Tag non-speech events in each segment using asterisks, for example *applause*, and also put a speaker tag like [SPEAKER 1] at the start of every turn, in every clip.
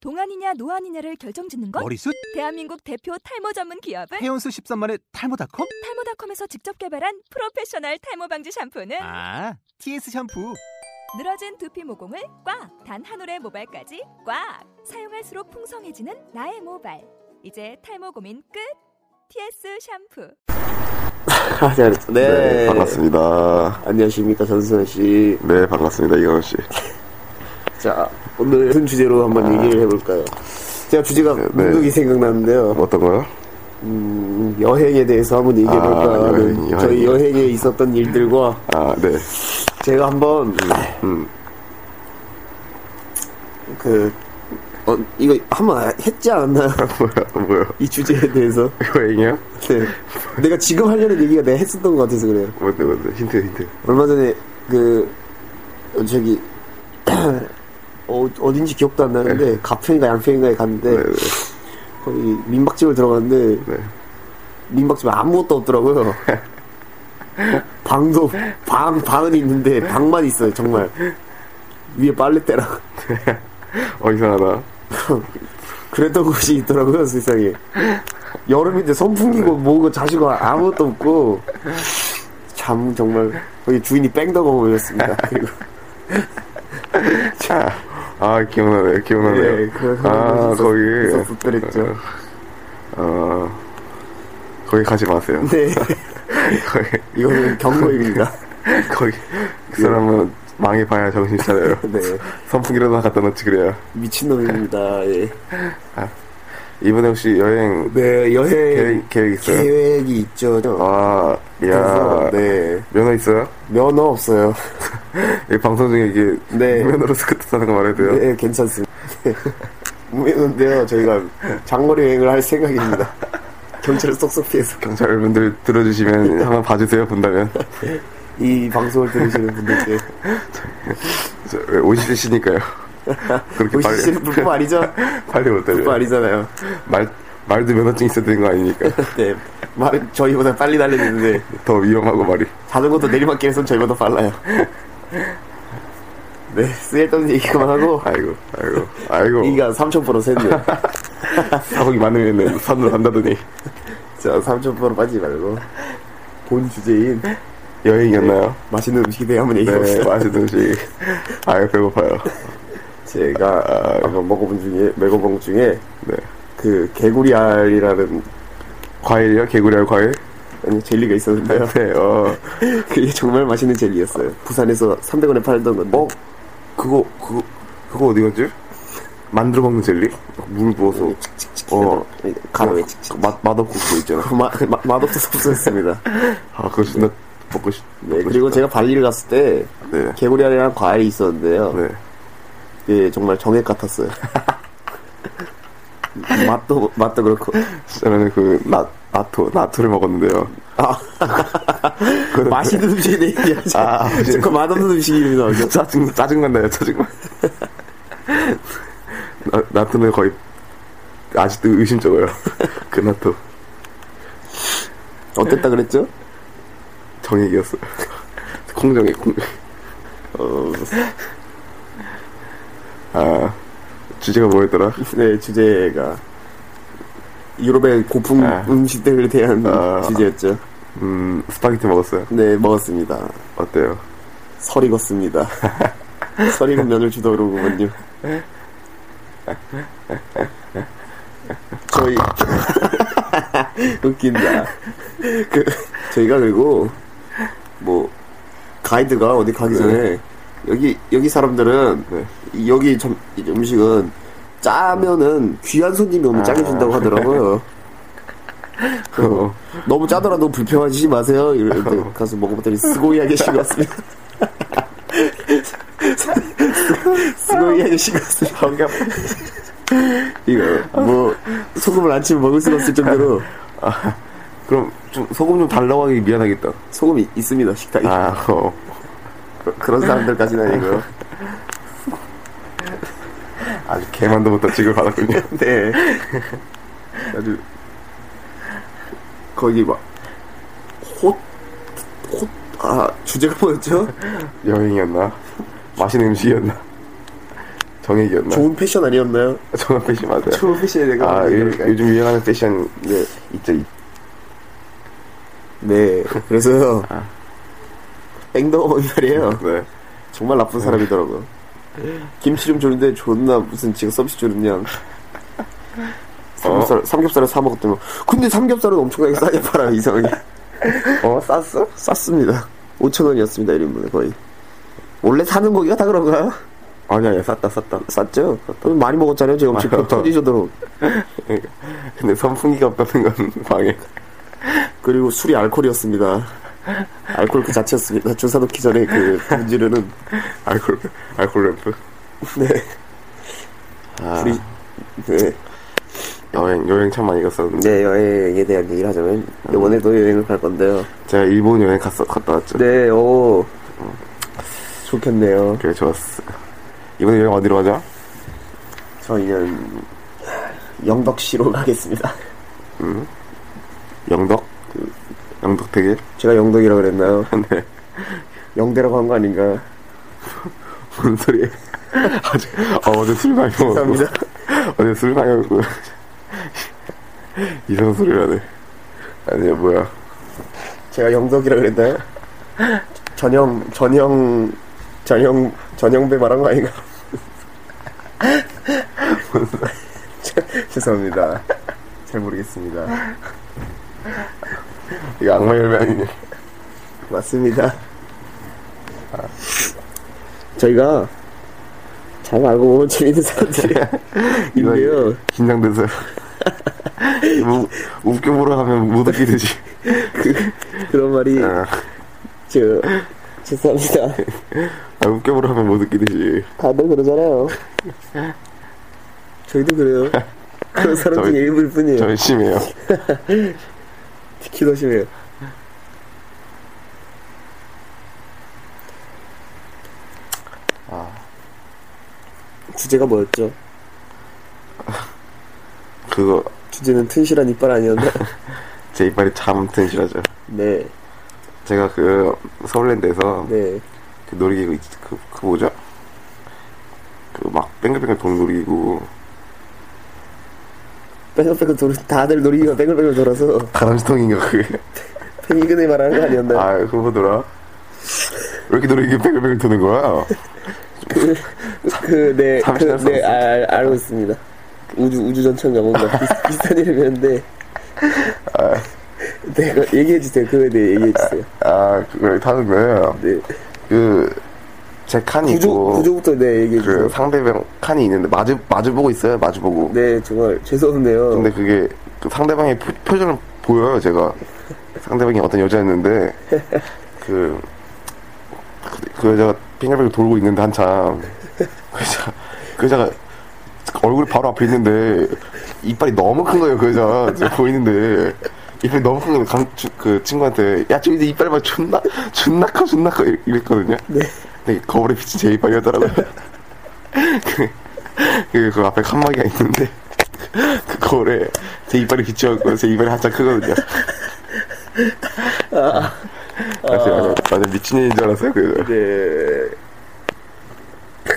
[SPEAKER 1] 동안이냐 노안이냐를 결정짓는 건
[SPEAKER 2] 머리숱?
[SPEAKER 1] 대한민국 대표 탈모 전문 기업은
[SPEAKER 2] 헤어스 13만의 탈모닷컴?
[SPEAKER 1] 탈모닷컴에서 직접 개발한 프로페셔널 탈모 방지 샴푸는
[SPEAKER 2] 아, TS 샴푸.
[SPEAKER 1] 늘어진 두피 모공을 꽉 단 한 올의 모발까지 꽉 사용할수록 풍성해지는 나의 모발 이제 탈모 고민 끝 TS 샴푸
[SPEAKER 3] 아, 잘했어. 네.
[SPEAKER 4] 네, 반갑습니다.
[SPEAKER 3] 안녕하십니까, 전수현 씨.
[SPEAKER 4] 네, 반갑습니다. 이강훈 씨.
[SPEAKER 3] 자, 오늘 무슨 주제로 한번 얘기를 해볼까요? 제가 주제가
[SPEAKER 4] 아. 네.
[SPEAKER 3] 문득이 생각나는데요.
[SPEAKER 4] 어떤 거요?
[SPEAKER 3] 음, 여행에 대해서 한번 얘기해볼까
[SPEAKER 4] 아,
[SPEAKER 3] 하는
[SPEAKER 4] 여행, 여행.
[SPEAKER 3] 저희 여행에 있었던 일들과
[SPEAKER 4] 아, 네. *laughs*
[SPEAKER 3] 제가
[SPEAKER 4] 음,
[SPEAKER 3] 한번 그 어, 이거 한번 했지 않았나 *laughs*
[SPEAKER 4] 뭐야, 뭐야.
[SPEAKER 3] 이 주제에 대해서
[SPEAKER 4] 여행이요?
[SPEAKER 3] 네. 내가 지금 하려는 얘기가 내가 했었던 것 같아서 그래요.
[SPEAKER 4] 뭔데, 뭔데. 힌트, 힌트.
[SPEAKER 3] 얼마 전에 그 어, 저기 *clears throat* 어, 어딘지 기억도 안 나는데 가평인가 양평인가에 갔는데
[SPEAKER 4] 네, 네.
[SPEAKER 3] 거기 민박집을 들어갔는데
[SPEAKER 4] 네.
[SPEAKER 3] 민박집에 아무것도
[SPEAKER 4] *laughs*
[SPEAKER 3] 없더라고요. 방도 방 방은 있는데 방만 있어요 정말 위에 빨래대랑
[SPEAKER 4] 어, 이상하다.
[SPEAKER 3] 그랬던 곳이 있더라고요 세상에 여름인데 선풍기고
[SPEAKER 4] 네.
[SPEAKER 3] 뭐고 자시고 아무것도 없고 참 정말 거기 주인이 뺑덕어
[SPEAKER 4] *laughs*
[SPEAKER 3] 보였습니다 그리고
[SPEAKER 4] 아, 아, 기억나네, 기억나네요.
[SPEAKER 3] 예, 그- 그-
[SPEAKER 4] 아,
[SPEAKER 3] 있었-
[SPEAKER 4] 거기. 아.
[SPEAKER 3] 있었었더랬죠.
[SPEAKER 4] 어, 거기 가지 마세요. *laughs*
[SPEAKER 3] 네
[SPEAKER 4] 거기,
[SPEAKER 3] 이거는 경고입니다
[SPEAKER 4] 거기. 그 사람은 망해 봐야 정신 차려요.
[SPEAKER 3] *laughs* 네
[SPEAKER 4] 선풍기라도 하나 갖다 놓지, 그래요.
[SPEAKER 3] 미친놈입니다 예.
[SPEAKER 4] 이번에 혹시 여행
[SPEAKER 3] 네 여행
[SPEAKER 4] 계획, 계획 있어요?
[SPEAKER 3] 계획이 있죠
[SPEAKER 4] 아, 야.
[SPEAKER 3] 그래서 네
[SPEAKER 4] 면허 있어요?
[SPEAKER 3] 면허 없어요
[SPEAKER 4] 이 방송 중에 이게
[SPEAKER 3] 네.
[SPEAKER 4] 면허로 *laughs* 스쿠터 타는 거 말해도 돼요?
[SPEAKER 3] 네 괜찮습니다 우연한데요 저희가 장거리 여행을 할 생각입니다 경찰을 쏙쏙 피해서
[SPEAKER 4] 경찰 여러분들
[SPEAKER 3] *laughs*
[SPEAKER 4] 들어주시면 한번 봐주세요 본다면
[SPEAKER 3] 이 방송을 들으시는 분들께
[SPEAKER 4] 저, 왜 오시시니까요 그렇게 빨리 네.
[SPEAKER 3] 보시는 분뿐 아니죠?
[SPEAKER 4] *laughs* 빨리 못 때려요
[SPEAKER 3] 뿐 아니잖아요.
[SPEAKER 4] 말, 말도 면허증 있어야 되는 거 아니니까
[SPEAKER 3] 네. 말은 저희보다 빨리 달리는데
[SPEAKER 4] 더 위험하고 말이
[SPEAKER 3] 자전거도 내리막길에선 저희보다 빨라요. *laughs* 네, 쓰겠다는 얘기 그만하고
[SPEAKER 4] 아이고 아이고 아이고
[SPEAKER 3] 이가 3000% *laughs* 샜네요.
[SPEAKER 4] 사고기 많으면 산으로 간다더니
[SPEAKER 3] 자, 3000% 빠지지 말고 본 주제인
[SPEAKER 4] 여행이었나요?
[SPEAKER 3] 네, 맛있는 음식에 대해 한번
[SPEAKER 4] 네,
[SPEAKER 3] 얘기해봅시다.
[SPEAKER 4] 맛있는 음식 아유 배고파요 아.
[SPEAKER 3] 제가 아, 한번 먹어본 중에 먹어본 중에
[SPEAKER 4] 네
[SPEAKER 3] 그 개구리알이라는
[SPEAKER 4] 과일이요? 개구리알 과일?
[SPEAKER 3] 아니 젤리가 있었는데요.
[SPEAKER 4] 네어
[SPEAKER 3] *laughs* 그게 정말 맛있는 젤리였어요. 부산에서 300원에 팔던 건데.
[SPEAKER 4] 어? 그거 그거 그거 어디 갔지? 만들어 먹는 젤리? 물 부어서 어
[SPEAKER 3] 음, 가로에
[SPEAKER 4] 그 맛, 맛없고 그거 있잖아.
[SPEAKER 3] 마- 마- *laughs* 맛없어서 없어졌습니다.
[SPEAKER 4] 아, 그거 진짜 먹고 싶,
[SPEAKER 3] 네, 그리고 제가 발리를 갔을 때
[SPEAKER 4] 네.
[SPEAKER 3] 개구리알이랑 과일이 있었는데요.
[SPEAKER 4] 네.
[SPEAKER 3] 예, 정말 정액 같았어요. 맛도 맛도 그렇고
[SPEAKER 4] 저는 그, 나, 나토, 나토를 먹었는데요.
[SPEAKER 3] 아 맛있는 음식이 내 얘기하지.
[SPEAKER 4] 아,
[SPEAKER 3] 아, 그 맛없는 음식이 이름이 나오죠.
[SPEAKER 4] 짜증, 짜증난다요, 짜증만. 나, 나토는 거의, 아직도 의심적어요. *laughs* 그 나토.
[SPEAKER 3] 어땠다 그랬죠?
[SPEAKER 4] 정액이었어요. 콩정액, 콩정액.
[SPEAKER 3] 어,
[SPEAKER 4] 아, 주제가 뭐였더라?
[SPEAKER 3] 네 주제가 유럽의 고풍
[SPEAKER 4] 아.
[SPEAKER 3] 음식들에 대한
[SPEAKER 4] 아.
[SPEAKER 3] 주제였죠.
[SPEAKER 4] 음, 스파게티 먹었어요.
[SPEAKER 3] 네 먹었습니다.
[SPEAKER 4] 어때요?
[SPEAKER 3] 설 익었습니다. *laughs* 설 익은 면을 주다 그러군요. 저희 *laughs* 웃긴다. 그 저희가 그리고 뭐 가이드가 어디 가기 전에 여기 여기 사람들은
[SPEAKER 4] 네.
[SPEAKER 3] 이- 여기 점, 이 음식은 짜면은 귀한 손님이 오면 짜게 준다고 하더라고요. *laughs*
[SPEAKER 4] 어,
[SPEAKER 3] 너무 짜더라도 불평하지 마세요. *laughs* 이렇게 가서 먹어봤더니 스고이 아저씨 *laughs* 같습니다. 스고이 아저씨 같습니다. 뭔가 이거 뭐 소금을 안 치면 먹을 수가 없을 정도로
[SPEAKER 4] 그럼 좀 소금 좀 달라고 하기 미안하겠다.
[SPEAKER 3] 소금이 있습니다 식당에
[SPEAKER 4] 아, 어.
[SPEAKER 3] 그- 그런 사람들까지는 아니고요.
[SPEAKER 4] *laughs* 아주 개만도 못한 직을 받았군요.
[SPEAKER 3] *laughs* 네. 아주 거기 막호호아 주제가 뭐였죠?
[SPEAKER 4] 여행이었나? 맛있는 음식이었나? 정액이었나?
[SPEAKER 3] 좋은 패션 아니었나요?
[SPEAKER 4] 정액 패션 맞아요.
[SPEAKER 3] 좋은 패션이 내가
[SPEAKER 4] 아,
[SPEAKER 3] 아,
[SPEAKER 4] 요,
[SPEAKER 3] 그러니까.
[SPEAKER 4] 요즘 유행하는 패션, 네, 있죠. 있-
[SPEAKER 3] 네 그래서
[SPEAKER 4] 아.
[SPEAKER 3] 뺑덕어머니 말이에요
[SPEAKER 4] 네.
[SPEAKER 3] 정말 나쁜 사람이더라고요 김치 좀 줬는데 존나 무슨 지가 섭씨 줬냐 삼겹살, 삼겹살을 사 먹었더니 근데 삼겹살은 엄청나게 싸게 팔아 이상하게 *laughs*
[SPEAKER 4] 어, 쌌어?
[SPEAKER 3] 쌌습니다 5천원이었습니다 1인분에 거의 원래 사는 고기가 다 그런가요?
[SPEAKER 4] 아니, 아니, 쌌다, 쌌다.
[SPEAKER 3] 쌌죠? 그럼 많이 먹었잖아요 제가 엄청
[SPEAKER 4] 맞아요.
[SPEAKER 3] 터지셔도록
[SPEAKER 4] 근데 선풍기가 없다는 건 *laughs* 방해.
[SPEAKER 3] 그리고 술이 알코올이었습니다. 알코올 그 자체였습니다. 주사도 키 전에 그 문지르는
[SPEAKER 4] 알콜, 알콜 램프.
[SPEAKER 3] 네. 불이 네.
[SPEAKER 4] 여행, 여행 참 많이 갔었는데.
[SPEAKER 3] 네 여행에 대한 얘기를 하자면 이번에도 여행을 갈 건데요.
[SPEAKER 4] 제가 일본 여행 갔어, 갔다 왔죠.
[SPEAKER 3] 네, 오 좋겠네요.
[SPEAKER 4] 그래, 좋았어. 이번에 여행 어디로 가자?
[SPEAKER 3] 저희는 영덕시로 가겠습니다.
[SPEAKER 4] 영덕? 그 영덕대게?
[SPEAKER 3] 제가 영덕이라고 그랬나요? *laughs*
[SPEAKER 4] 네.
[SPEAKER 3] 영대라고 한 거 아닌가?
[SPEAKER 4] 무슨
[SPEAKER 3] *laughs*
[SPEAKER 4] 소리예요? 어제, 어, 어제 술 많이 먹었고.
[SPEAKER 3] 죄송합니다.
[SPEAKER 4] *laughs* 어제 술 많이 먹고. *laughs* 이상한 소리를 하네. 아니, 뭐야.
[SPEAKER 3] 제가 영덕이라고 그랬나요? 전형 전형 전형 전형배 말한 거 아닌가? *laughs* 죄- 죄송합니다. 잘 모르겠습니다.
[SPEAKER 4] 이거 악마 열매 아니냐.
[SPEAKER 3] 맞습니다. 아. 저희가 잘 알고 보면 재밌는 사람들인데요.
[SPEAKER 4] 긴장돼서. 뭐, 웃겨 보러 가면 못 웃기듯이.
[SPEAKER 3] 그런 말이
[SPEAKER 4] 아,
[SPEAKER 3] 저 죄송합니다.
[SPEAKER 4] 아, 웃겨 보러 가면 못 웃기듯이.
[SPEAKER 3] 다들 그러잖아요. *laughs* 저희도 그래요. 그런 사람 중에
[SPEAKER 4] 저희-
[SPEAKER 3] 일부일 뿐이에요.
[SPEAKER 4] 저 심해요.
[SPEAKER 3] 특히 더 심해요.
[SPEAKER 4] 아.
[SPEAKER 3] 주제가 뭐였죠?
[SPEAKER 4] 그거,
[SPEAKER 3] 주제는 튼실한 이빨
[SPEAKER 4] *laughs*
[SPEAKER 3] 아니었나?
[SPEAKER 4] 제 이빨이 참 튼실하죠.
[SPEAKER 3] 네,
[SPEAKER 4] 제가 그, 서울랜드에서
[SPEAKER 3] 네,
[SPEAKER 4] 그 놀이기구 있- 그, 그 뭐죠? 그 막 뱅글뱅글 돈 놀이기구
[SPEAKER 3] 뺑글뺑글 돌 다들 놀이기가 뺑글뺑글 돌아서
[SPEAKER 4] 다람쥐통인가 그게
[SPEAKER 3] 팽이근에 말하는 거 아니었나요?
[SPEAKER 4] 아 그거 뭐더라 왜 이렇게 놀이기 뱅글뱅글 도는 거야
[SPEAKER 3] 그네
[SPEAKER 4] 잠- 잠시만
[SPEAKER 3] 그, 네, 알, 알고 있습니다. 우주 우주전천가 뭔가
[SPEAKER 4] *laughs*
[SPEAKER 3] 비슷- 비슷한 이름이었는데. 네, 그 얘기해 주세요. 그거에 대해 얘기해 주세요.
[SPEAKER 4] 아 그걸 타는 거예요
[SPEAKER 3] 네,
[SPEAKER 4] 그제 칸이
[SPEAKER 3] 구조
[SPEAKER 4] 있고
[SPEAKER 3] 구조부터 네 얘기해
[SPEAKER 4] 그
[SPEAKER 3] 주세요.
[SPEAKER 4] 상대방 칸이 있는데 마주 마주보고 있어요 마주보고
[SPEAKER 3] 네, 정말 죄송하네요.
[SPEAKER 4] 근데 그게 그 상대방의 표, 표정을 보여요 제가 상대방이 어떤 여자였는데 그, 그, 그 여자가 핑계백을 돌고 있는데 한참 그 여자 그 여자가 얼굴이 바로 앞에 있는데 이빨이 너무 큰 거예요 그 여자 지금 보이는데 이빨이 너무 큰 거예요 강- 주- 그 친구한테 야저 이제 이빨 봐 존나 존나 커 존나 커 이랬- 이랬거든요 근데 거울에 비친 제 이빨이었더라고요 *laughs* 그, 그, 그 앞에 칸막이가 있는데 *laughs* 그 거울에 제 이빨이 비치었고 제 이빨이 한참 크거든요 아, 제가 완전, 완전 미친년인 줄 알았어요 그
[SPEAKER 3] 네,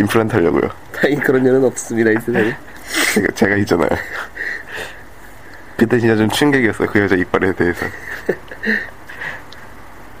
[SPEAKER 4] 임플란트 하려고요
[SPEAKER 3] 다행히 그런 일은 없습니다 이 세상에.
[SPEAKER 4] *laughs* 제가, 제가 있잖아요 그때 진짜 좀 충격이었어요 그 여자 이빨에 대해서